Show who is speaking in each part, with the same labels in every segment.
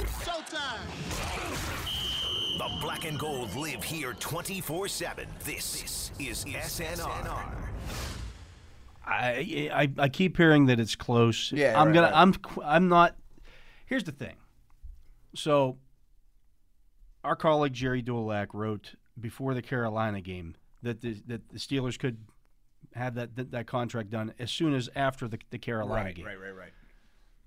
Speaker 1: time.
Speaker 2: The black and gold live here 24 7. This is SNR.
Speaker 3: I, I I keep hearing that it's close.
Speaker 4: Yeah,
Speaker 3: I'm
Speaker 4: right,
Speaker 3: gonna.
Speaker 4: right.
Speaker 3: I'm qu- I'm not. Here's the thing. So, our colleague Jerry Dulac wrote before the Carolina game that the that the Steelers could have that that, that contract done as soon as after the, the Carolina game.
Speaker 4: right, right, right.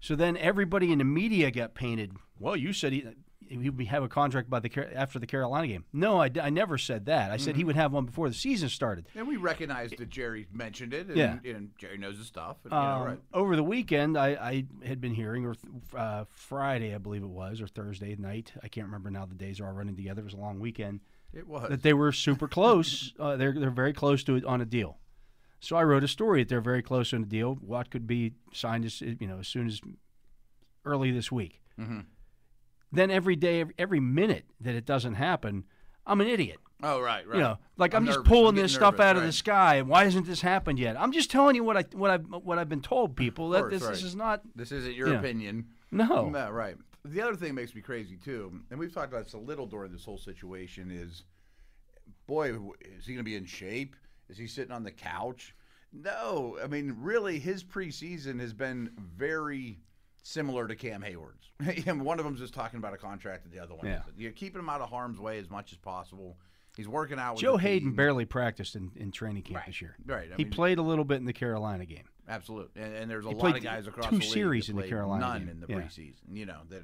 Speaker 3: So then everybody in the media got painted. Well, you said he. He would have a contract by the Car- after the Carolina game. No, I, d- I never said that. I said
Speaker 4: Mm-hmm.
Speaker 3: he would have one before the season started.
Speaker 4: And we recognized that Jerry mentioned it, and,
Speaker 3: Yeah.
Speaker 4: and Jerry knows his stuff. And, you
Speaker 3: Um,
Speaker 4: know, right.
Speaker 3: Over the weekend, I, I had been hearing, or th- uh, Friday, I believe it was, or Thursday night. I can't remember now. The days are all running together. It was a long weekend.
Speaker 4: It was.
Speaker 3: That they were super close. uh, they're they're very close to it on a deal. So I wrote a story that they're very close on a deal. What could be signed as you know as soon as early this week. Then every day, every- every minute that it doesn't happen, I'm an idiot.
Speaker 4: oh, right, right.
Speaker 3: You know, like I'm, just
Speaker 4: nervous.
Speaker 3: pulling
Speaker 4: getting
Speaker 3: this stuff
Speaker 4: nervous,
Speaker 3: out of
Speaker 4: right.
Speaker 3: the sky, and why hasn't this happened yet? I'm just telling you what I what I what I've been told, people. That
Speaker 4: course,
Speaker 3: this,
Speaker 4: right.
Speaker 3: this is not
Speaker 4: This isn't your
Speaker 3: Yeah. Oh.
Speaker 4: opinion.
Speaker 3: no.
Speaker 4: No, right. The other thing makes me crazy too, and we've talked about this a little during this whole situation. Is boy, w- is he going to be in shape? Is he sitting on the couch? No, I mean, really, his preseason has been very similar to Cam Hayward's. and one of them's just talking about a contract, and the other one
Speaker 3: Yeah.
Speaker 4: isn't. You're keeping him out of harm's way as much as possible. He's working out. With
Speaker 3: Joe
Speaker 4: the
Speaker 3: Hayden
Speaker 4: team.
Speaker 3: barely practiced in, in training camp this year.
Speaker 4: Right, I
Speaker 3: he
Speaker 4: mean-
Speaker 3: played a little bit in the Carolina game.
Speaker 4: Absolutely, and, and there's a
Speaker 3: He
Speaker 4: lot
Speaker 3: played
Speaker 4: of guys across
Speaker 3: two
Speaker 4: the league that
Speaker 3: series in the
Speaker 4: played
Speaker 3: Carolina
Speaker 4: none
Speaker 3: game.
Speaker 4: in the
Speaker 3: Yeah.
Speaker 4: preseason. You know that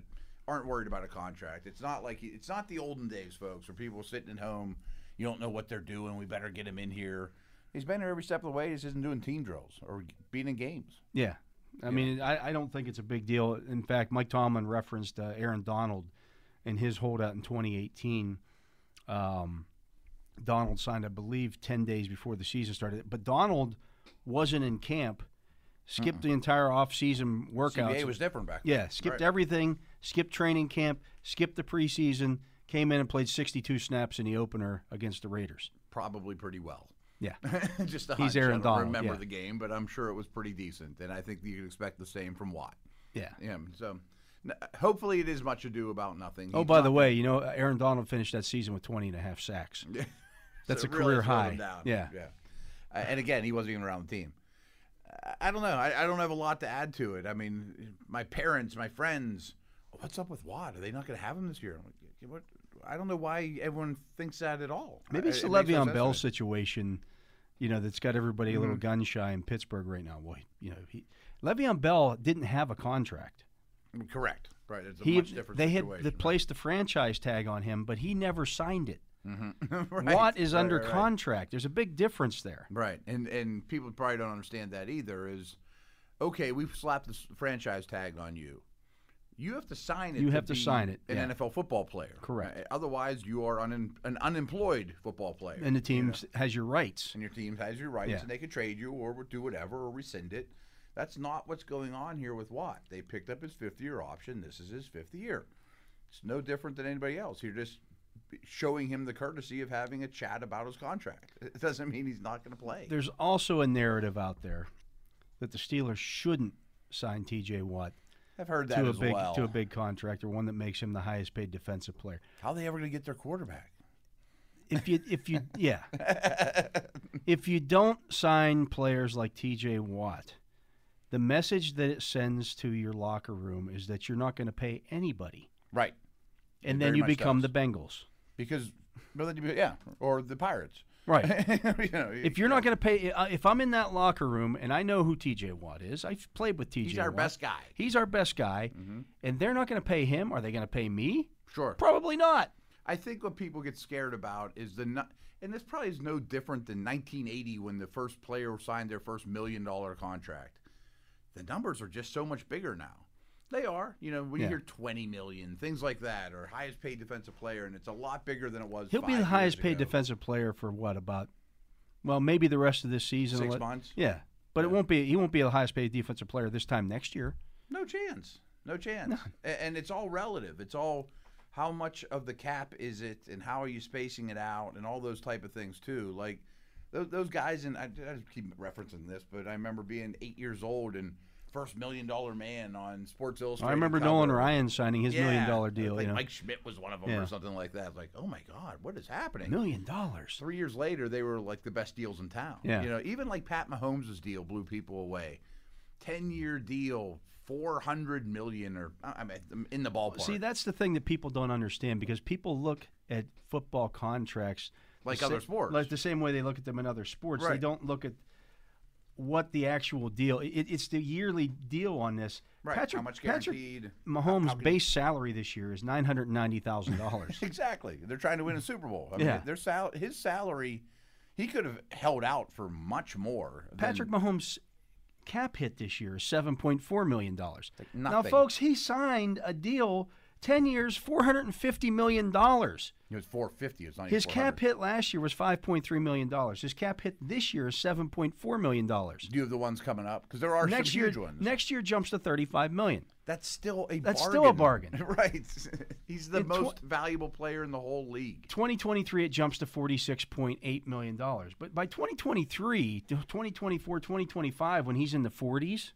Speaker 4: aren't worried about a contract. It's not like it's not the olden days, folks, where people are sitting at home. You don't know what they're doing. We better get him in here. He's been here every step of the way. He just isn't doing team drills or being in games.
Speaker 3: Yeah, I mean, I, I don't think it's a big deal. In fact, Mike Tomlin referenced uh, Aaron Donald in his holdout in 2018. Um, Donald signed, I believe, 10 days before the season started. But Donald wasn't in camp, skipped the entire offseason workouts.
Speaker 4: CBA was different back. then.
Speaker 3: Yeah, skipped
Speaker 4: Right.
Speaker 3: everything, skipped training camp, skipped the preseason, came in and played 62 snaps in the opener against the Raiders.
Speaker 4: probably pretty well.
Speaker 3: Yeah.
Speaker 4: just a
Speaker 3: He's
Speaker 4: hunch.
Speaker 3: Aaron
Speaker 4: I don't
Speaker 3: Donald,
Speaker 4: Remember
Speaker 3: yeah.
Speaker 4: the game, but I'm sure it was pretty decent, and I think you could expect the same from Watt.
Speaker 3: Yeah.
Speaker 4: Yeah. So. n- Hopefully, it is much ado about nothing.
Speaker 3: Oh,
Speaker 4: He's
Speaker 3: by
Speaker 4: not
Speaker 3: the way, you know, Aaron Donald finished that season with 20 and a half sacks. That's
Speaker 4: So
Speaker 3: a
Speaker 4: it really
Speaker 3: career
Speaker 4: slowed
Speaker 3: high.
Speaker 4: him down.
Speaker 3: Yeah.
Speaker 4: yeah. Uh, and again, he wasn't even around the team. I- I don't know. I, I don't have a lot to add to it. I mean, my parents, my friends, what's up with Watt? Are they not going to have him this year? I'm like, "Yeah, what? I don't know why everyone thinks that at all.
Speaker 3: Maybe
Speaker 4: I-
Speaker 3: it's
Speaker 4: it Mm-hmm.
Speaker 3: the
Speaker 4: makes no
Speaker 3: Le'Veon
Speaker 4: sense
Speaker 3: Bell
Speaker 4: to me.
Speaker 3: situation, you know, that's got everybody a little gun shy in Pittsburgh right now. Well, he- you know, he, Le'Veon Bell didn't have a contract.
Speaker 4: Correct. Right. It's a
Speaker 3: He,
Speaker 4: much different
Speaker 3: they had
Speaker 4: situation.
Speaker 3: the, placed the franchise tag on him, but he never signed it.
Speaker 4: Right,
Speaker 3: Watt is
Speaker 4: right,
Speaker 3: under
Speaker 4: right, right.
Speaker 3: contract. There's a big difference there.
Speaker 4: Right, and and people probably don't understand that either. Is okay, we've slapped this franchise tag on you. You have to sign it.
Speaker 3: You have to
Speaker 4: be
Speaker 3: sign it,
Speaker 4: An
Speaker 3: yeah.
Speaker 4: NFL football player,
Speaker 3: Correct.
Speaker 4: Uh, Otherwise, you are un, an unemployed football player,
Speaker 3: And the team s- has your rights.
Speaker 4: and your team has your rights,
Speaker 3: Yeah.
Speaker 4: and they could trade you or do whatever or rescind it. That's not what's going on here with Watt. They picked up his fifth year option. This is his fifth year. It's no different than anybody else. You're just showing him the courtesy of having a chat about his contract. It doesn't mean he's not going to play.
Speaker 3: There's also a narrative out there that the Steelers shouldn't sign T.J. Watt
Speaker 4: I've heard that
Speaker 3: to a
Speaker 4: as
Speaker 3: big
Speaker 4: well.
Speaker 3: to a big contract or one that makes him the highest paid defensive player.
Speaker 4: How are they ever going to get their quarterback?
Speaker 3: If you if you yeah, if you don't sign players like T.J. Watt, the message that it sends to your locker room is that you're not going to pay anybody,
Speaker 4: Right,
Speaker 3: and
Speaker 4: It
Speaker 3: then
Speaker 4: very
Speaker 3: you
Speaker 4: much
Speaker 3: become
Speaker 4: does.
Speaker 3: the Bengals.
Speaker 4: because but then you- yeah, or the Pirates.
Speaker 3: Right.
Speaker 4: you know,
Speaker 3: If you're not going to pay, uh, if I'm in that locker room and I know who T.J. Watt is, I've played with T.J.
Speaker 4: he's our
Speaker 3: Watt.
Speaker 4: best Mm-hmm. guy.
Speaker 3: He's our best guy, and they're not going to pay him. Are they going to pay me?
Speaker 4: Sure.
Speaker 3: Probably not.
Speaker 4: I think what people get scared about is the nu- and this probably is no different than 1980 when the first player signed their first million dollar contract. The numbers are just so much bigger now. They are, you know, when
Speaker 3: Yeah.
Speaker 4: you hear 20 million, things like that, or highest paid defensive player, and it's a lot bigger than it was.
Speaker 3: He'll be
Speaker 4: five
Speaker 3: the
Speaker 4: years
Speaker 3: highest paid
Speaker 4: ago.
Speaker 3: defensive player for what about? Well, maybe the rest of this season.
Speaker 4: Six
Speaker 3: Let-
Speaker 4: months?
Speaker 3: Yeah, but it won't be. He won't be the highest paid defensive player this time next year.
Speaker 4: No chance. No chance. A- And it's all relative. It's all how much of the cap is it, and how are you spacing it out, and all those type of things too. Like those, those guys, and I, I just keep referencing this, but I remember being eight years old and first million dollar man on Sports Illustrated.
Speaker 3: I remember
Speaker 4: cover.
Speaker 3: Nolan Ryan signing his
Speaker 4: Yeah,
Speaker 3: million dollar deal.
Speaker 4: Like
Speaker 3: you know?
Speaker 4: Mike Schmidt was one of them,
Speaker 3: Yeah.
Speaker 4: or something like that. Like, oh my God, what is happening?
Speaker 3: million dollars.
Speaker 4: Three years later, they were like the best deals in town.
Speaker 3: Yeah.
Speaker 4: you know, even like Pat Mahomes' deal blew people away. Ten year deal, four hundred million, or I I mean, in the ballpark.
Speaker 3: See, that's the thing that people don't understand because people look at football contracts
Speaker 4: Like
Speaker 3: the sa-
Speaker 4: other sports.
Speaker 3: like the same way they look at them in other sports. They
Speaker 4: Right.
Speaker 3: don't look at what the actual deal. It, it's the yearly deal on this.
Speaker 4: right?
Speaker 3: Patrick,
Speaker 4: how much
Speaker 3: Patrick
Speaker 4: guaranteed?
Speaker 3: Mahomes' base salary this year is nine hundred ninety thousand dollars.
Speaker 4: Exactly. They're trying to win a Super Bowl. I mean,
Speaker 3: Yeah.
Speaker 4: their sal- his salary, he could have held out for much more. than-
Speaker 3: Patrick Mahomes' cap hit this year is seven point four million dollars. Now,
Speaker 4: nothing.
Speaker 3: folks, he signed a deal ten years, four hundred and fifty million dollars.
Speaker 4: it was four fifty. It's not even
Speaker 3: His cap
Speaker 4: 400.
Speaker 3: hit last year was five point three million dollars. His cap hit this year is seven point four million dollars.
Speaker 4: Do you have the ones coming up? Because there are
Speaker 3: Next
Speaker 4: some
Speaker 3: year,
Speaker 4: huge ones.
Speaker 3: next year jumps to thirty five million.
Speaker 4: That's still a
Speaker 3: That's
Speaker 4: bargain.
Speaker 3: still a bargain.
Speaker 4: right. He's the
Speaker 3: In tw-
Speaker 4: most valuable player in the whole league.
Speaker 3: Twenty twenty three it jumps to forty six point eight million dollars. But by 2023, 2024, 2025, when he's in the 40s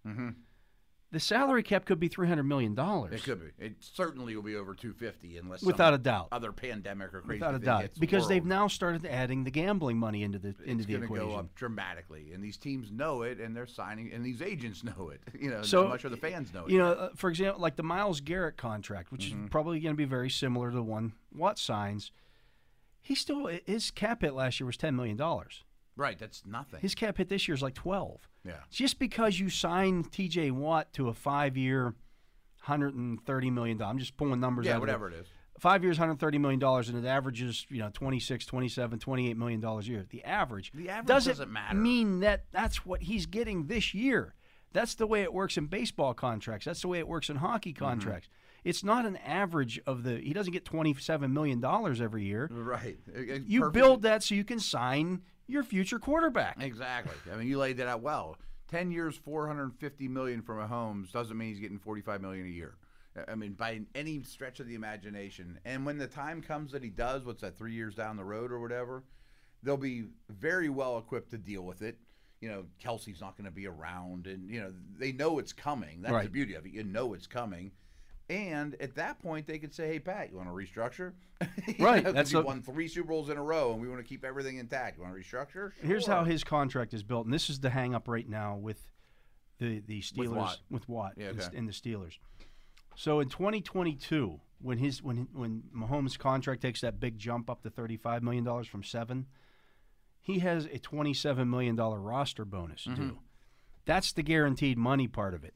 Speaker 3: the salary cap could be three hundred million dollars.
Speaker 4: Mm-hmm. It could be. It certainly will be over two fifty unless some
Speaker 3: Without a doubt.
Speaker 4: other pandemic or crazy
Speaker 3: Without a
Speaker 4: thing
Speaker 3: doubt,
Speaker 4: hits the
Speaker 3: because they've
Speaker 4: world.
Speaker 3: now started adding the gambling money into the into
Speaker 4: it's
Speaker 3: the
Speaker 4: going to
Speaker 3: equation.
Speaker 4: go up dramatically, and these teams know it, and they're signing, and these agents know it. You know,
Speaker 3: So,
Speaker 4: I'm not sure the fans know it.
Speaker 3: You know, uh, for example, like the Miles Garrett contract, which
Speaker 4: Mm-hmm.
Speaker 3: is probably going to be very similar to the one Watt signs. He still i- his cap hit last year was ten million dollars.
Speaker 4: right? That's nothing.
Speaker 3: His cap hit this year is like twelve.
Speaker 4: yeah.
Speaker 3: Just because you sign T.J. Watt to a five-year, hundred and thirty million dollars, I'm just pulling numbers. out
Speaker 4: Yeah.
Speaker 3: of the-
Speaker 4: Whatever it is.
Speaker 3: Five years, hundred thirty million dollars, and it averages, you know, 26, 27, 28 million dollars a year. The average.
Speaker 4: The average
Speaker 3: doesn't,
Speaker 4: doesn't matter.
Speaker 3: Mean that that's what he's getting this year. That's the way it works in baseball contracts. That's the way it works in hockey
Speaker 4: Mm-hmm.
Speaker 3: contracts. It's not an average of the. He doesn't get twenty-seven million dollars every year.
Speaker 4: Right. It- it-
Speaker 3: You
Speaker 4: Mm-hmm. perfect-
Speaker 3: build that so you can sign your future quarterback.
Speaker 4: exactly. I mean, you laid that out well. Ten years, four hundred and fifty million from Mahomes doesn't mean he's getting forty-five million a year. I- I mean, by any stretch of the imagination. And when the time comes that he does, what's that? Three years down the road or whatever, they'll be very well equipped to deal with it. You know, Kelsey's not going to be around, and you know they know it's coming. That's the
Speaker 3: Right.
Speaker 4: beauty of it. You know it's coming. And at that point, they could say, "Hey, Pat, you want to restructure? You
Speaker 3: Right,
Speaker 4: know, 'cause
Speaker 3: that's
Speaker 4: you
Speaker 3: what-
Speaker 4: won three Super Bowls in a row, and we want to keep everything intact. You want to restructure?
Speaker 3: Here's
Speaker 4: Sure.
Speaker 3: how his contract is built, and this is the hang up right now with the the Steelers
Speaker 4: Watt.
Speaker 3: with Watt
Speaker 4: Yeah,
Speaker 3: and,
Speaker 4: okay.
Speaker 3: s- and the Steelers. So in 2022, when his when when Mahomes' contract takes that big jump up to 35 million dollars from seven, he has a 27 million dollar roster bonus
Speaker 4: Mm-hmm.
Speaker 3: due. That's the guaranteed money part of it.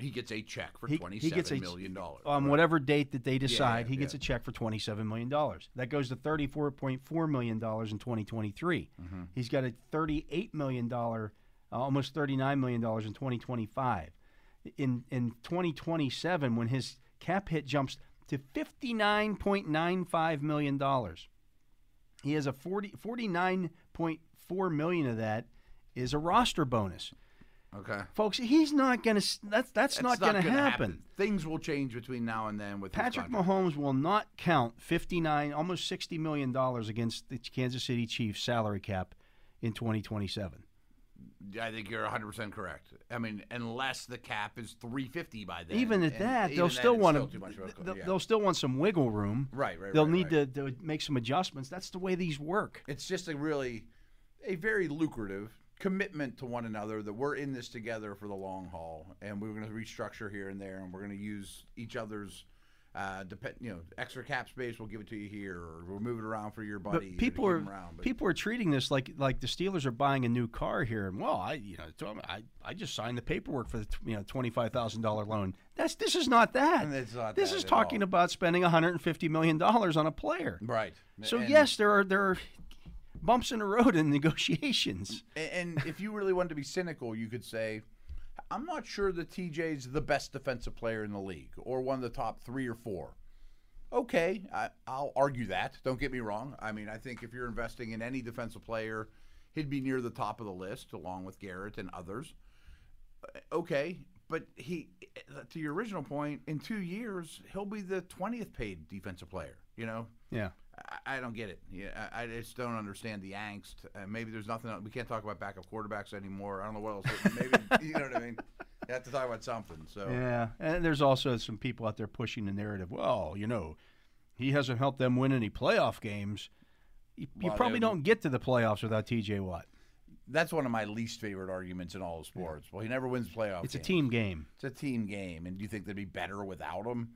Speaker 4: He gets a check for
Speaker 3: He- he
Speaker 4: twenty-seven million
Speaker 3: gets a- um,
Speaker 4: dollars.
Speaker 3: On whatever date that they decide,
Speaker 4: yeah,
Speaker 3: he gets
Speaker 4: yeah.
Speaker 3: a check for 27 million dollars. That goes to 34.4 million dollars in 2023.
Speaker 4: Mm-hmm.
Speaker 3: He's got a 38 million dollar, uh, almost 39 million dollars in 2025. In in 2027, when his cap hit jumps to 59.95 million dollars, he has a 40 49.4 million of that is a roster bonus.
Speaker 4: okay,
Speaker 3: Folks, he's not going to that's that's, not, going to
Speaker 4: gonna
Speaker 3: happen.
Speaker 4: Things will change between now and then with his
Speaker 3: Patrick
Speaker 4: contract.
Speaker 3: Mahomes will not count 59, almost 60 million dollars against the Kansas City Chiefs salary cap in 2027.
Speaker 4: I think you're 100 percent correct. I mean, unless the cap is 350 by then.
Speaker 3: even at
Speaker 4: and
Speaker 3: that,
Speaker 4: even
Speaker 3: they'll
Speaker 4: then,
Speaker 3: still
Speaker 4: it's
Speaker 3: want
Speaker 4: too
Speaker 3: to,
Speaker 4: much of a-
Speaker 3: they'll,
Speaker 4: yeah.
Speaker 3: they'll still want some wiggle room.
Speaker 4: Right, right,
Speaker 3: They'll
Speaker 4: right,
Speaker 3: need
Speaker 4: right.
Speaker 3: To, to make some adjustments. That's the way these work.
Speaker 4: It's just a really, a very lucrative commitment to one another that we're in this together for the long haul, and we're going to restructure here and there, and we're going to use each other's. Uh, depend, you know, extra cap space. We'll give it to you here, or we'll move it around for your buddy. or to
Speaker 3: But people
Speaker 4: keep
Speaker 3: are
Speaker 4: 'em around, but-
Speaker 3: people are treating this like like the Steelers are buying a new car here, and well, I you know Tom, I I just signed the paperwork for the you know twenty five thousand dollar loan. That's this is not that.
Speaker 4: And it's not
Speaker 3: this
Speaker 4: that
Speaker 3: is
Speaker 4: at all.
Speaker 3: talking about spending one hundred and fifty million dollars on a player.
Speaker 4: Right.
Speaker 3: So
Speaker 4: And-
Speaker 3: yes, there are there are bumps in the road in negotiations.
Speaker 4: And, and if you really wanted to be cynical, you could say, I'm not sure that TJ's the best defensive player in the league or one of the top three or four. Okay, I, I'll argue that. Don't get me wrong. I mean, I think if you're investing in any defensive player, he'd be near the top of the list along with Garrett and others. Uh, Okay, but he, uh, to your original point, in two years, he'll be the 20th paid defensive player, you know?
Speaker 3: Yeah.
Speaker 4: I, I don't get it. Yeah, I, I just don't understand the angst. Uh, maybe there's nothing. Else. We can't talk about backup quarterbacks anymore. I don't know what else. Maybe you know what I mean. You have to talk about something. So
Speaker 3: Yeah, and there's also some people out there pushing the narrative. Well, you know, he hasn't helped them win any playoff games. You, you
Speaker 4: Well,
Speaker 3: probably
Speaker 4: they-
Speaker 3: don't get to the playoffs without T.J. Watt.
Speaker 4: that's one of my least favorite arguments in all of sports. Well, he never wins playoff.
Speaker 3: It's a
Speaker 4: games.
Speaker 3: team game.
Speaker 4: It's a team game, and do you think they'd be better without him?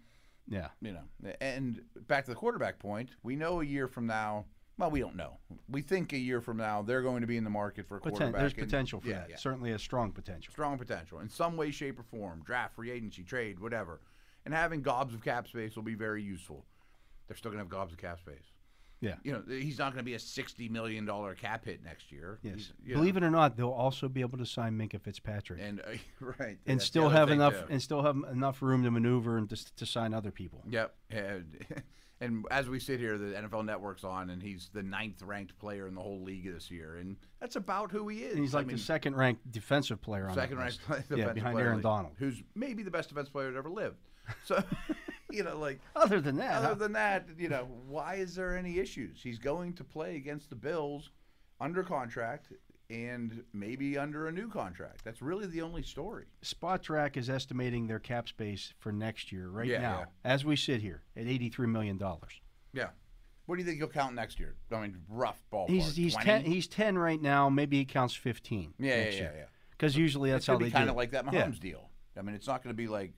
Speaker 3: Yeah,
Speaker 4: you know, and back to the quarterback point, we know a year from now. Well, we don't know. We think a year from now they're going to be in the market for a
Speaker 3: Poten-
Speaker 4: quarterback.
Speaker 3: there's
Speaker 4: and-
Speaker 3: potential for
Speaker 4: yeah,
Speaker 3: that.
Speaker 4: yeah.
Speaker 3: Certainly a strong potential.
Speaker 4: Strong potential in some way, shape, or form. Draft, free agency, trade, whatever. And having gobs of cap space will be very useful. They're still going to have gobs of cap space.
Speaker 3: Yeah.
Speaker 4: You know, he's not going to be a sixty million dollar cap hit next year.
Speaker 3: Yes. Believe it or not, they'll also be able to sign Minka Fitzpatrick
Speaker 4: And uh, right.
Speaker 3: and
Speaker 4: that's the
Speaker 3: still
Speaker 4: other
Speaker 3: have
Speaker 4: thing,
Speaker 3: enough
Speaker 4: too.
Speaker 3: and still have enough room to maneuver and to, s- to sign other people.
Speaker 4: Yep. And, and as we sit here, the NFL Network's on, and he's the ninth ranked player in the whole league this year, and that's about who he is.
Speaker 3: And he's like the second ranked defensive player on that
Speaker 4: second ranked
Speaker 3: list.
Speaker 4: player,
Speaker 3: yeah,
Speaker 4: defensive
Speaker 3: behind
Speaker 4: player in
Speaker 3: Aaron
Speaker 4: the league,
Speaker 3: Donald.
Speaker 4: who's maybe the best defense player that ever lived. So, you know, like
Speaker 3: Other than that,
Speaker 4: other
Speaker 3: huh?
Speaker 4: than that, you know, why is there any issues? He's going to play against the Bills under contract and maybe under a new contract. That's really the only story.
Speaker 3: Spot Track is estimating their cap space for next year right
Speaker 4: Yeah,
Speaker 3: now,
Speaker 4: yeah.
Speaker 3: as we sit here, at eighty-three million dollars.
Speaker 4: Yeah. What do you think he'll count next year? I mean, rough ballpark.
Speaker 3: He's he's
Speaker 4: 20?
Speaker 3: ten. He's ten right now. Maybe he counts fifteen.
Speaker 4: Yeah, yeah, yeah, yeah.
Speaker 3: Because usually that's
Speaker 4: It's
Speaker 3: how
Speaker 4: going to
Speaker 3: they
Speaker 4: be
Speaker 3: do.
Speaker 4: kind
Speaker 3: it.
Speaker 4: of like that Mahomes
Speaker 3: Yeah.
Speaker 4: deal. I mean, it's not going to be like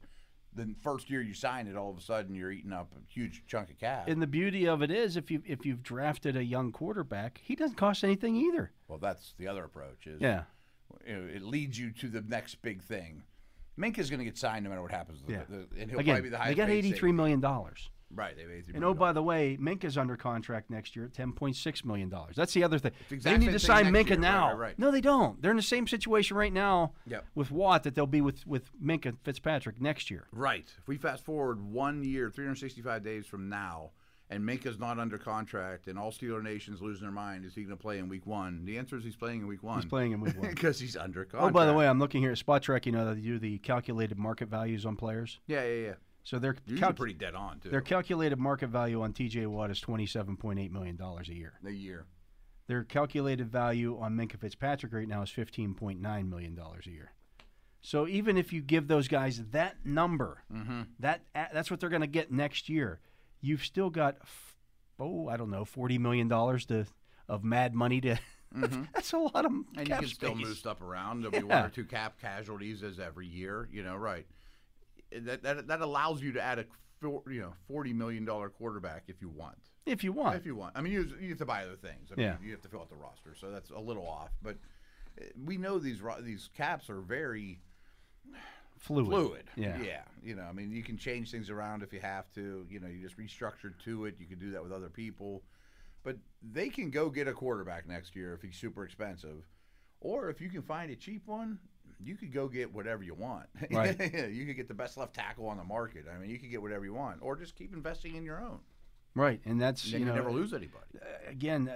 Speaker 4: the first year you sign it, all of a sudden you're eating up a huge chunk of cash.
Speaker 3: And the beauty of it is, if you if you've drafted a young quarterback, he doesn't cost anything either.
Speaker 4: well, that's the other approach. Is
Speaker 3: Yeah.
Speaker 4: you know, it leads you to the next big thing. Minka's going to get signed no matter what happens. to the-
Speaker 3: Yeah.
Speaker 4: the- and he'll
Speaker 3: Again,
Speaker 4: probably be the
Speaker 3: they
Speaker 4: highest.
Speaker 3: got
Speaker 4: paid
Speaker 3: eighty-three
Speaker 4: safety.
Speaker 3: million dollars.
Speaker 4: Right, they have eighty-three.
Speaker 3: And oh,
Speaker 4: million
Speaker 3: by the way, Minka's under contract next year at ten point six million dollars. That's the other thing.
Speaker 4: the exact
Speaker 3: They need
Speaker 4: same
Speaker 3: to
Speaker 4: thing
Speaker 3: sign
Speaker 4: next
Speaker 3: Minka
Speaker 4: year. Right,
Speaker 3: now.
Speaker 4: right, right.
Speaker 3: No, they don't. They're in the same situation right now
Speaker 4: Yep.
Speaker 3: with Watt that they'll be with with Minka Fitzpatrick next year.
Speaker 4: Right. If we fast forward one year, 365 days from now, and Minka's not under contract, and all Steeler Nation's losing their mind, is he going to play in Week One? The answer is he's playing in Week One.
Speaker 3: He's playing in week one.
Speaker 4: because he's under
Speaker 3: oh,
Speaker 4: contract.
Speaker 3: by the way, I'm looking here at Spot Track. You know, they do the calculated market values on players.
Speaker 4: yeah, yeah, yeah.
Speaker 3: So their
Speaker 4: You're
Speaker 3: calc-
Speaker 4: usually pretty dead on too.
Speaker 3: their calculated market value on T.J. Watt is twenty-seven point eight million dollars a year.
Speaker 4: a year.
Speaker 3: Their calculated value on Minka Fitzpatrick right now is fifteen point nine million dollars a year. So even if you give those guys that number,
Speaker 4: Mm-hmm.
Speaker 3: that a- that's what they're going to get next year. You've still got f- oh I don't know forty million dollars to of mad money to. that's a lot of
Speaker 4: Mm-hmm. And
Speaker 3: cap
Speaker 4: you can still
Speaker 3: space.
Speaker 4: move stuff around. There'll be one
Speaker 3: Yeah.
Speaker 4: or two cap casualties as every year. You know, right? That that, that allows you to add a four, you know forty million dollar quarterback if you want.
Speaker 3: if you want.
Speaker 4: If you want, I mean, you, you have to buy other things. I mean,
Speaker 3: Yeah.
Speaker 4: you have to fill out the roster, so that's a little off. But eh, we know these ro- these caps are very
Speaker 3: fluid.
Speaker 4: fluid.
Speaker 3: Yeah.
Speaker 4: yeah. You know, I mean, you can change things around if you have to. You know, you just restructure to it. You can do that with other people, but they can go get a quarterback next year if he's super expensive, or if you can find a cheap one, you could go get whatever you want.
Speaker 3: Right.
Speaker 4: you could get the best left tackle on the market. I mean, you could get whatever you want, or just keep investing in your own.
Speaker 3: Right, and that's
Speaker 4: Then
Speaker 3: you
Speaker 4: you,
Speaker 3: know eh,
Speaker 4: never lose anybody.
Speaker 3: again.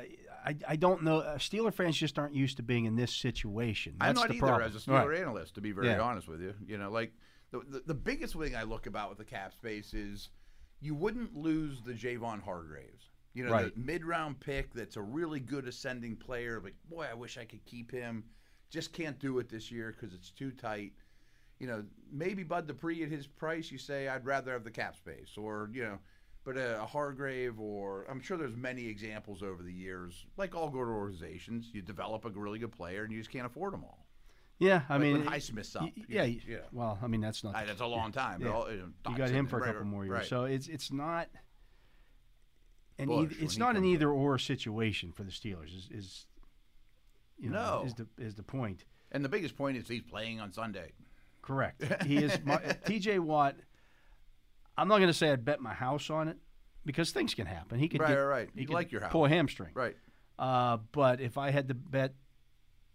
Speaker 3: I, I don't know. uh, Steeler fans just aren't used to being in this situation. That's
Speaker 4: I'm not
Speaker 3: the
Speaker 4: either
Speaker 3: problem.
Speaker 4: as a Steeler
Speaker 3: Right.
Speaker 4: analyst, to be very
Speaker 3: Yeah.
Speaker 4: honest with you. You know, like the, the the biggest thing I look about with the cap space is you wouldn't lose the Javon Hargraves. You know,
Speaker 3: Right.
Speaker 4: the mid round pick that's a really good ascending player, but boy, I wish I could keep him. Just can't do it this year because it's too tight. You know, maybe Bud Dupree at his price, you say I'd rather have the cap space, or you know, but a, a Hargrave, or I'm sure there's many examples over the years. Like all good organizations, you develop a really good player and you just can't afford them all.
Speaker 3: Yeah, I
Speaker 4: I mean,
Speaker 3: mean,
Speaker 4: when
Speaker 3: it-
Speaker 4: Highsmith's up.
Speaker 3: y- y- yeah,
Speaker 4: you,
Speaker 3: y- Well, I mean, that's not.
Speaker 4: I, that's a long time.
Speaker 3: Yeah.
Speaker 4: All, you know,
Speaker 3: you
Speaker 4: Doc's
Speaker 3: got
Speaker 4: in
Speaker 3: him
Speaker 4: there.
Speaker 3: for a
Speaker 4: Right,
Speaker 3: couple more years,
Speaker 4: right.
Speaker 3: so it's it's not. An
Speaker 4: Bush
Speaker 3: eith-
Speaker 4: when
Speaker 3: it's
Speaker 4: he
Speaker 3: not an
Speaker 4: comes up.
Speaker 3: either or situation for the Steelers. Is, is you know
Speaker 4: No.
Speaker 3: is the is the point
Speaker 4: and the biggest point is he's playing on Sunday.
Speaker 3: correct? He is my, T.J. Watt. I'm not going to say I'd bet my house on it because things can happen. He could
Speaker 4: Right,
Speaker 3: get,
Speaker 4: right, right.
Speaker 3: he
Speaker 4: You
Speaker 3: could
Speaker 4: like your house.
Speaker 3: pull a hamstring,
Speaker 4: Right.
Speaker 3: Uh, but if I had to bet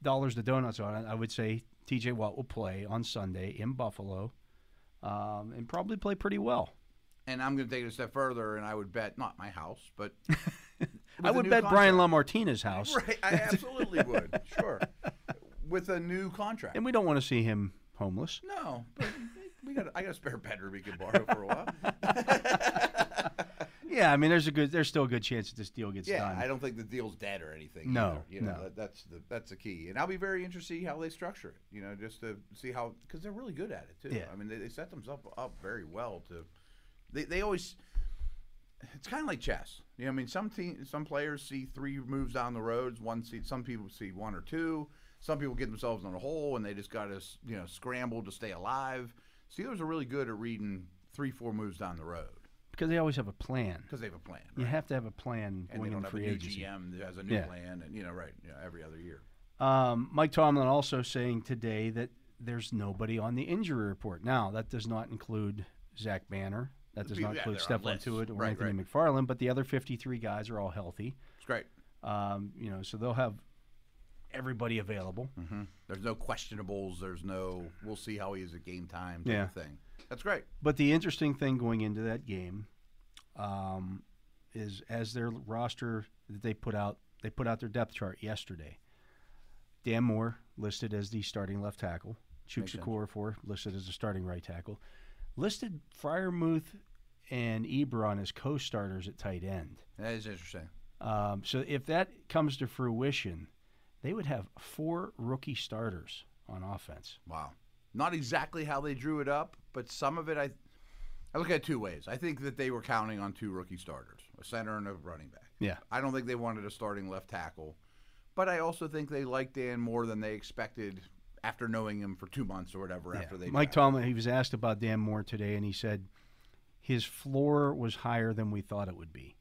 Speaker 3: dollars to donuts on it, I would say T.J. Watt will play on Sunday in Buffalo, um, and probably play pretty well.
Speaker 4: And I'm going to take it a step further, and I would bet not my house, but
Speaker 3: I
Speaker 4: with a
Speaker 3: would
Speaker 4: new
Speaker 3: bet Brian
Speaker 4: contract.
Speaker 3: Lamartina's house,
Speaker 4: Right, I absolutely would. Sure, with a new contract.
Speaker 3: and we don't want to see him homeless.
Speaker 4: No, but we got. I got a spare bedroom we could borrow for a while.
Speaker 3: Yeah, Yeah, I mean, there's a good, there's still a good chance that this deal gets
Speaker 4: Yeah,
Speaker 3: done.
Speaker 4: I don't think the deal's dead or anything.
Speaker 3: No,
Speaker 4: either, you know,
Speaker 3: no.
Speaker 4: that, that's the that's the key, and I'll be very interested to see how they structure it. You know, just to see how because they're really good at it too.
Speaker 3: Yeah.
Speaker 4: I mean, they, they set themselves up very well to. They they always. It's kind of like chess. You know, I mean, some team, some players see three moves down the roads. One see, some people see one or two. Some people get themselves in a hole and they just got to you know scramble to stay alive. Steelers are really good at reading three, four moves down the road
Speaker 3: because they always have a plan.
Speaker 4: because they have a plan.
Speaker 3: You
Speaker 4: right?
Speaker 3: have to have a plan
Speaker 4: and
Speaker 3: when
Speaker 4: they
Speaker 3: in
Speaker 4: don't have a
Speaker 3: free
Speaker 4: new
Speaker 3: agency.
Speaker 4: GM that has a new
Speaker 3: Yeah.
Speaker 4: plan, and you know, right? You know, every other year.
Speaker 3: Um, Mike Tomlin also saying today that there's nobody on the injury report. Now, that does not include Zach Banner. That does
Speaker 4: Yeah,
Speaker 3: not include
Speaker 4: they're on
Speaker 3: Stephon
Speaker 4: lists.
Speaker 3: Tuitt or
Speaker 4: Right,
Speaker 3: Anthony McFarland, but the other 53 guys are all healthy.
Speaker 4: It's great.
Speaker 3: Um, you know, so they'll have everybody available.
Speaker 4: There's no questionables. There's no. We'll see how he is at game time. Type
Speaker 3: Yeah.
Speaker 4: of thing. That's great.
Speaker 3: But the interesting thing going into that game um, is as their roster that they put out, they put out their depth chart yesterday. Dan Moore listed as the starting left tackle.
Speaker 4: Makes sense.
Speaker 3: Chukwuka for listed as the starting right tackle. Listed Fryermuth and Ebron as co-starters at tight end.
Speaker 4: That is interesting.
Speaker 3: Um, so if that comes to fruition, they would have four rookie starters on offense.
Speaker 4: Wow. Not exactly how they drew it up, but some of it I. I look at it two ways. I think that they were counting on two rookie starters, a center and a running back.
Speaker 3: Yeah.
Speaker 4: I don't think they wanted a starting left tackle, but I also think they liked Dan more than they expected after knowing him for two months or whatever. After they
Speaker 3: Mike
Speaker 4: drafted.
Speaker 3: Tomlin, he was asked about Dan Moore today, and he said his floor was higher than we thought it would be.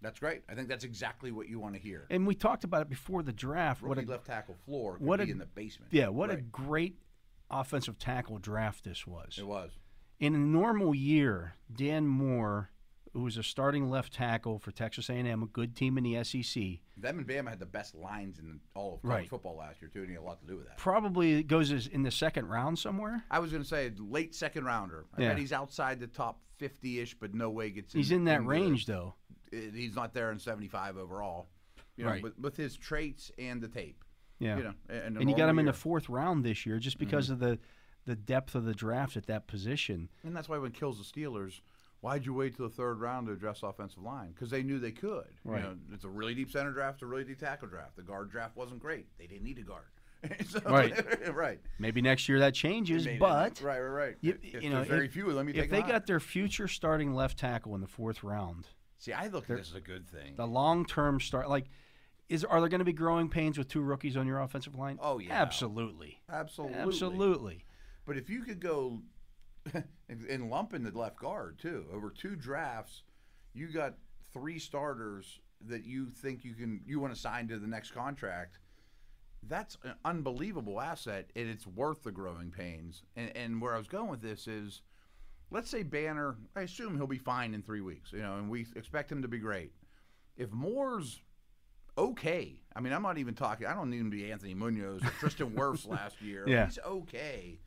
Speaker 4: That's great. I think that's exactly what you want to hear.
Speaker 3: And we talked about it before the draft. What
Speaker 4: rookie
Speaker 3: a
Speaker 4: left tackle floor could
Speaker 3: what
Speaker 4: be
Speaker 3: a-
Speaker 4: in the basement.
Speaker 3: yeah, what a
Speaker 4: Right.
Speaker 3: great offensive tackle draft this was.
Speaker 4: it was.
Speaker 3: In a normal year, Dan Moore, who was a starting left tackle for Texas A&M, a good team in the E SEC,
Speaker 4: Them and Bama had the best lines in all of college
Speaker 3: Right.
Speaker 4: football last year too, and he had a lot to do with that.
Speaker 3: probably goes as in the second round somewhere.
Speaker 4: I was going to say late second rounder. I
Speaker 3: Yeah.
Speaker 4: bet he's outside the top fifty-ish, but no way gets.
Speaker 3: He's in that
Speaker 4: the-
Speaker 3: range though.
Speaker 4: it- he's not there in seventy-five overall. You know,
Speaker 3: Right.
Speaker 4: with, with his traits and the Mm-hmm. tape.
Speaker 3: Yeah.
Speaker 4: You know, and,
Speaker 3: and you got him in the fourth round this year just because of the the depth of the draft at that position.
Speaker 4: and that's why when kills the Steelers. Why'd you wait till the third round to address offensive line? Because they knew they could.
Speaker 3: Right.
Speaker 4: You know, it's a really deep center draft, a really deep tackle draft. The guard draft wasn't great. They didn't need a guard. So-
Speaker 3: Right.
Speaker 4: right.
Speaker 3: Maybe next year that changes,
Speaker 4: Maybe.
Speaker 3: but
Speaker 4: right, right, right.
Speaker 3: you-
Speaker 4: If
Speaker 3: you
Speaker 4: there's
Speaker 3: know,
Speaker 4: very
Speaker 3: if-
Speaker 4: few of them. You
Speaker 3: if
Speaker 4: take
Speaker 3: they
Speaker 4: them out.
Speaker 3: got their future starting left tackle in the fourth round,
Speaker 4: see, I look at this as a good thing.
Speaker 3: the long term start, like, is are there going to be growing pains with two rookies on your offensive line?
Speaker 4: Oh, yeah.
Speaker 3: absolutely,
Speaker 4: Absolutely,
Speaker 3: absolutely.
Speaker 4: But if you could go and and lump in the left guard too over two drafts, you got three starters that you think you can you want to sign to the next contract. That's an unbelievable asset, and it's worth the growing pains. And, and where I was going with this is, let's say Banner. I assume he'll be fine in three weeks, you know, and we expect him to be great. If Moore's okay. I mean, I'm not even talking. I don't need him to be Anthony Munoz or Tristan Wirfs last year.
Speaker 3: Yeah.
Speaker 4: He's okay.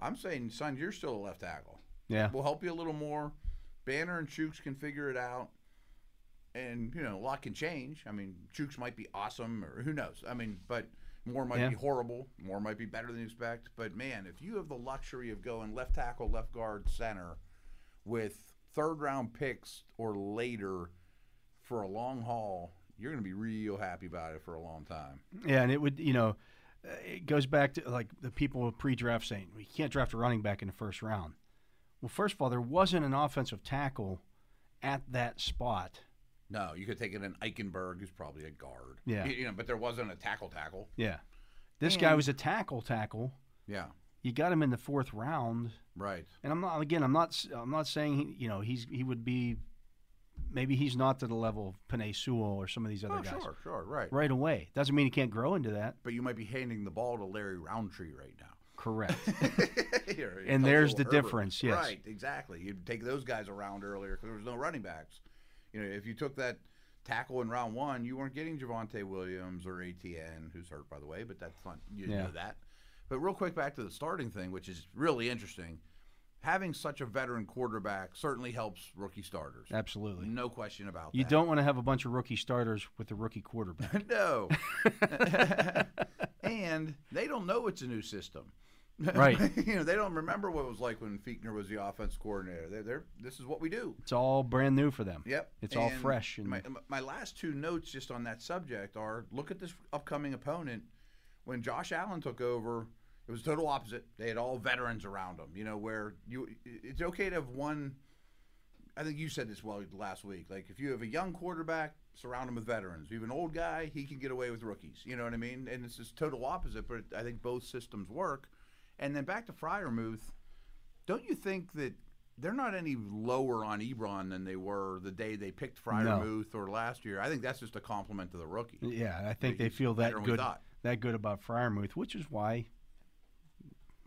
Speaker 4: I'm saying, son, you're still a left tackle.
Speaker 3: Yeah,
Speaker 4: We'll help you a little more. Banner and Chooks can figure it out. And, you know, a lot can change. I mean, Chooks might be awesome or who knows. I mean, but more might
Speaker 3: Yeah.
Speaker 4: be horrible. More might be better than you expect. But, man, if you have the luxury of going left tackle, left guard, center with third round picks or later for a long haul, you're going to be real happy about it for a long time.
Speaker 3: yeah, and it would, you know, uh, it goes back to like the people pre-draft saying we can't draft a running back in the first round. Well, first of all, there wasn't an offensive tackle at that spot.
Speaker 4: No, you could take it in Eichenberg, who's probably a guard.
Speaker 3: Yeah.
Speaker 4: You, you know, but there wasn't a tackle tackle.
Speaker 3: Yeah, this guy
Speaker 4: And-
Speaker 3: was a tackle tackle.
Speaker 4: Yeah.
Speaker 3: You got him in the fourth round.
Speaker 4: Right.
Speaker 3: And I'm not again. I'm not. s- I'm not saying he, you know he's he would be. Maybe he's not to the level of Panay Sewell or some of these other
Speaker 4: Oh,
Speaker 3: guys
Speaker 4: sure, sure, right.
Speaker 3: right away. Doesn't mean he can't grow into that.
Speaker 4: But you might be handing the ball to Larry Roundtree right now.
Speaker 3: Correct.
Speaker 4: Or
Speaker 3: And there's
Speaker 4: Khalil
Speaker 3: the
Speaker 4: Herbert.
Speaker 3: difference, yes.
Speaker 4: Right, exactly. You'd take those guys around earlier because there was no running backs. You know, if you took that tackle in round one, you weren't getting Javante Williams or ATN, who's hurt by the way, but that's not you
Speaker 3: Yeah.
Speaker 4: know that. But real quick back to the starting thing, which is really interesting. Having such a veteran quarterback certainly helps rookie starters.
Speaker 3: Absolutely.
Speaker 4: No question about
Speaker 3: You
Speaker 4: that.
Speaker 3: don't want to have a bunch of rookie starters with a rookie quarterback.
Speaker 4: no. and they don't know it's a new system.
Speaker 3: Right.
Speaker 4: you know, they don't remember what it was like when Fiechner was the offense coordinator. They're, they're this is what we do.
Speaker 3: It's all brand new for them.
Speaker 4: Yep.
Speaker 3: It's all
Speaker 4: And
Speaker 3: fresh. And
Speaker 4: my, my last two notes just on that subject are look at this upcoming opponent. When Josh Allen took over, it was total opposite. They had all veterans around them, you know, where you it's okay to have one. I think you said this well last week. Like, if you have a young quarterback, surround him with veterans. If you have an old guy, he can get away with rookies. You know what I mean? And it's just total opposite, but I think both systems work. And then back to Fryermuth don't you think that they're not any lower on Ebron than they were the day they picked Fryermuth or last year? I think that's just a compliment to the rookie.
Speaker 3: yeah, I think they
Speaker 4: he's
Speaker 3: feel that
Speaker 4: better than we
Speaker 3: good
Speaker 4: thought.
Speaker 3: that good about Fryermuth, which is why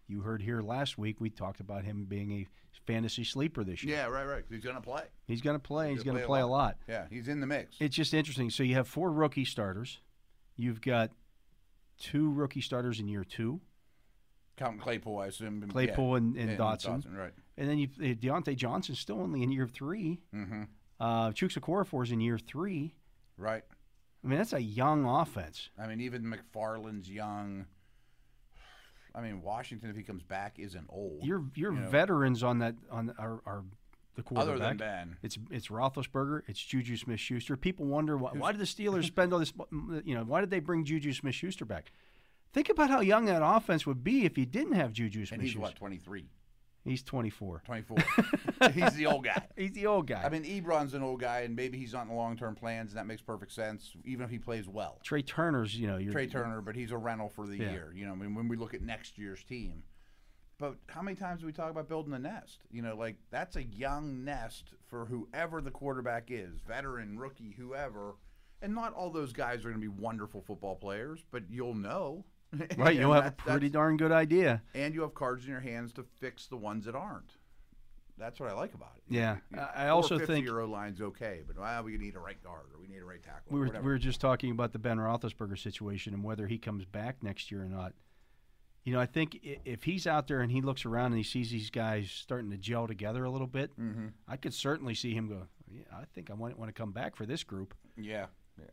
Speaker 3: you heard here last week we talked about him being a fantasy sleeper this year.
Speaker 4: Yeah, right, right. 'cause He's going to play.
Speaker 3: He's going to play. He's
Speaker 4: gonna
Speaker 3: going to play a lot.
Speaker 4: Yeah, he's in the mix.
Speaker 3: It's just interesting. So you have four rookie starters. You've got two rookie starters in year two,
Speaker 4: Counting Claypool, I assume. and- yeah,
Speaker 3: Claypool and, and,
Speaker 4: and
Speaker 3: Dotson.
Speaker 4: right.
Speaker 3: And then you uh, Deontay Johnson's still only in year 3
Speaker 4: Mm-hmm.
Speaker 3: Uh, Chukwuekorfo's in year three.
Speaker 4: Right.
Speaker 3: I mean, that's a young offense.
Speaker 4: I mean, even McFarland's young. I mean, Washington, if he comes back, isn't old.
Speaker 3: Your your
Speaker 4: You know.
Speaker 3: veterans on that on are, are the quarterback.
Speaker 4: other than Ben.
Speaker 3: It's it's Roethlisberger. It's Juju Smith Schuster. People wonder why, why did the Steelers spend all this? You know, why did they bring Juju Smith Schuster back? Think about how young that offense would be if you didn't have Juju Smith
Speaker 4: And he's
Speaker 3: Schuster.
Speaker 4: what, 23,
Speaker 3: He's 24.
Speaker 4: 24. he's the old guy.
Speaker 3: He's the old guy.
Speaker 4: I mean, Ebron's an old guy, and maybe he's not in the long term plans, and that makes perfect sense, even if he plays well.
Speaker 3: Trey Turner's, you know, your
Speaker 4: Trey Turner, but he's a rental for the
Speaker 3: Yeah.
Speaker 4: year. You know, I mean, when we look at next year's team. But how many times do we talk about building a nest? You know, like that's a young nest for whoever the quarterback is, veteran, rookie, whoever. And not all those guys are going to be wonderful football players, but you'll know.
Speaker 3: right.
Speaker 4: And
Speaker 3: You'll have a
Speaker 4: that's- that's-
Speaker 3: pretty darn good idea.
Speaker 4: and you have cards in your hands to fix the ones that aren't. That's what I like about it.
Speaker 3: Yeah. I I also think
Speaker 4: your O line's okay, but well, we need a right guard or we need a right tackle.
Speaker 3: we
Speaker 4: or
Speaker 3: were
Speaker 4: whatever.
Speaker 3: we were just talking about the Ben Roethlisberger situation and whether he comes back next year or not. You know, I think i- if he's out there and he looks around and he sees these guys starting to gel together a little bit,
Speaker 4: Mhm.
Speaker 3: I could certainly see him go. Yeah, I think I might want to come back for this group.
Speaker 4: yeah,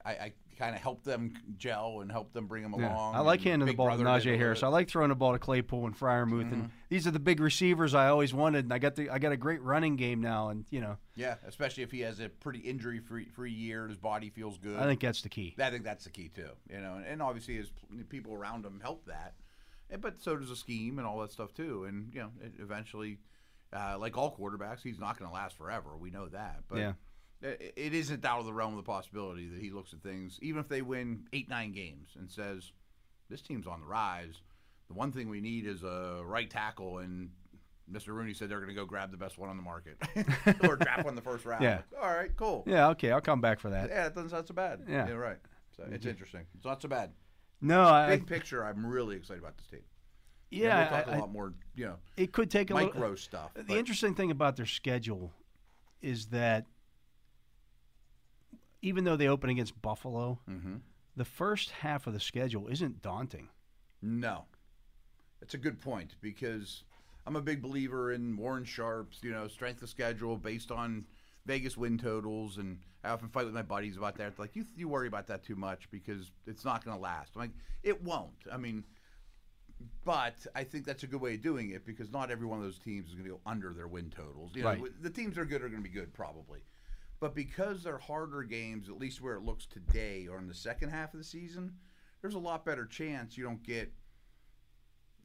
Speaker 4: I, I kind of helped them gel and helped them bring them along.
Speaker 3: I like
Speaker 4: and
Speaker 3: handing the
Speaker 4: Big
Speaker 3: ball to
Speaker 4: Brother Mm-hmm. did
Speaker 3: Najee
Speaker 4: a little
Speaker 3: Harris.
Speaker 4: bit.
Speaker 3: I like throwing the ball to Claypool and Fryermuth, and these are the big receivers I always wanted. And I got the I got a great running game now, and you know,
Speaker 4: Yeah, especially if he has a pretty injury free free year, his body feels good.
Speaker 3: I think that's the key.
Speaker 4: I think that's the key too. You know, and, and obviously his p- people around him help that, and, but so does the scheme and all that stuff too. And you know, it eventually, uh, like all quarterbacks, he's not going to last forever. We know that. But
Speaker 3: Yeah.
Speaker 4: i- i- it isn't out of the realm of the possibility that he looks at things, even if they win eight nine games, and says, "This team's on the rise. The one thing we need is a right tackle and." Mr. Rooney said they're going to go grab the best one on the market or draft one in the first round.
Speaker 3: Yeah.
Speaker 4: All right, cool.
Speaker 3: Yeah, okay, I'll come back for that.
Speaker 4: Yeah, it doesn't sound so bad.
Speaker 3: Yeah.
Speaker 4: right. So it's interesting. It's not so bad.
Speaker 3: No, I,
Speaker 4: Big
Speaker 3: I-
Speaker 4: picture, I'm really excited about this team. And
Speaker 3: yeah,
Speaker 4: we'll talk
Speaker 3: I-
Speaker 4: a
Speaker 3: I-
Speaker 4: lot more, you know,
Speaker 3: it could take a
Speaker 4: micro
Speaker 3: little.
Speaker 4: stuff.
Speaker 3: The
Speaker 4: but-
Speaker 3: interesting thing about their schedule is that even though they open against Buffalo,
Speaker 4: Mhm.
Speaker 3: the first half of the schedule isn't daunting.
Speaker 4: No, it's a good point because I'm a big believer in Warren Sharp's, you know, strength of schedule based on Vegas win totals, and I often fight with my buddies about that. It's like you you worry about that too much because it's not going to last. I'm like, it won't. I mean. But I think that's a good way of doing it because not every one of those teams is going to go under their win totals. You know,
Speaker 3: Right.
Speaker 4: The teams that are good are going to be good probably, but because they're harder games, at least where it looks today or in the second half of the season, there's a lot better chance you don't get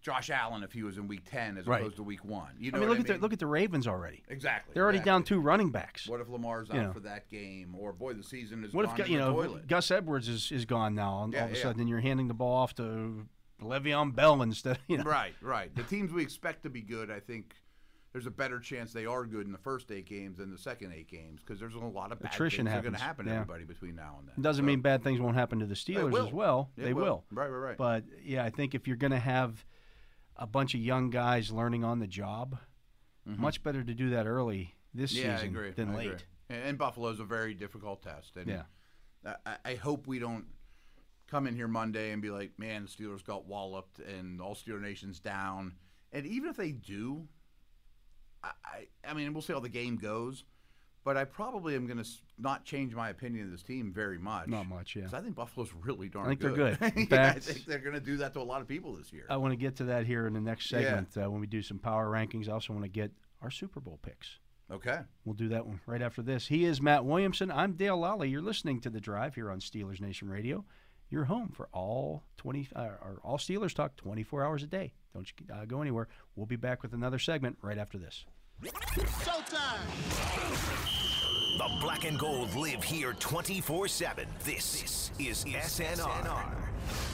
Speaker 4: Josh Allen if he was in Week Ten as
Speaker 3: Right.
Speaker 4: opposed to Week One. You know,
Speaker 3: I mean,
Speaker 4: what
Speaker 3: look at
Speaker 4: I mean?
Speaker 3: the look at the Ravens already.
Speaker 4: exactly.
Speaker 3: They're already
Speaker 4: exactly.
Speaker 3: down two running backs.
Speaker 4: What if Lamar's out
Speaker 3: you know.
Speaker 4: for that game, or boy, the season is
Speaker 3: What
Speaker 4: gone
Speaker 3: if
Speaker 4: in
Speaker 3: you
Speaker 4: the
Speaker 3: know
Speaker 4: toilet?
Speaker 3: Gus Edwards is, is gone now, and
Speaker 4: Yeah,
Speaker 3: all of a
Speaker 4: yeah.
Speaker 3: sudden you're handing the ball off to Le'Veon Bell instead? You know,
Speaker 4: Right, right. The teams we expect to be good, I think there's a better chance they are good in the first eight games than the second eight games because there's a lot of bad
Speaker 3: Attrition
Speaker 4: things that are going to
Speaker 3: happens,
Speaker 4: happen to
Speaker 3: yeah.
Speaker 4: everybody between now and then.
Speaker 3: It doesn't
Speaker 4: So,
Speaker 3: mean bad things won't happen to the
Speaker 4: it
Speaker 3: Steelers
Speaker 4: will.
Speaker 3: as well.
Speaker 4: It
Speaker 3: they will.
Speaker 4: Right, right, right.
Speaker 3: But yeah, I think if you're going to have a bunch of young guys learning on the job, much better to do that early this
Speaker 4: Mm-hmm. yeah, I
Speaker 3: season
Speaker 4: agree.
Speaker 3: than
Speaker 4: I
Speaker 3: late.
Speaker 4: agree. And, and Buffalo's a very difficult test. And
Speaker 3: Yeah.
Speaker 4: I- I, I hope we don't come in here Monday and be like, man, the Steelers got walloped and all Steeler Nation's down. And even if they do, I, I, I mean, we'll see how the game goes. but I probably am going to not change my opinion of this team very much.
Speaker 3: Not much, yeah.
Speaker 4: 'Cause I think Buffalo's really darn
Speaker 3: I think they're
Speaker 4: good.
Speaker 3: good. In
Speaker 4: Yeah, I
Speaker 3: fact- Uh,
Speaker 4: think they're going to do that to a lot of people this year.
Speaker 3: I want to get to that here in the next
Speaker 4: Yeah.
Speaker 3: segment uh, when we do some power rankings. I also want to get our Super Bowl picks.
Speaker 4: okay.
Speaker 3: We'll do that one right after this. He is Matt Williamson. I'm Dale Lally. You're listening to the Drive here on Steelers Nation Radio. Your home for all twenty uh, or all Steelers talk 24 hours a day. Don't you uh, go anywhere. We'll be back with another segment right after this.
Speaker 2: The black and gold live here 24 7. This is SNR.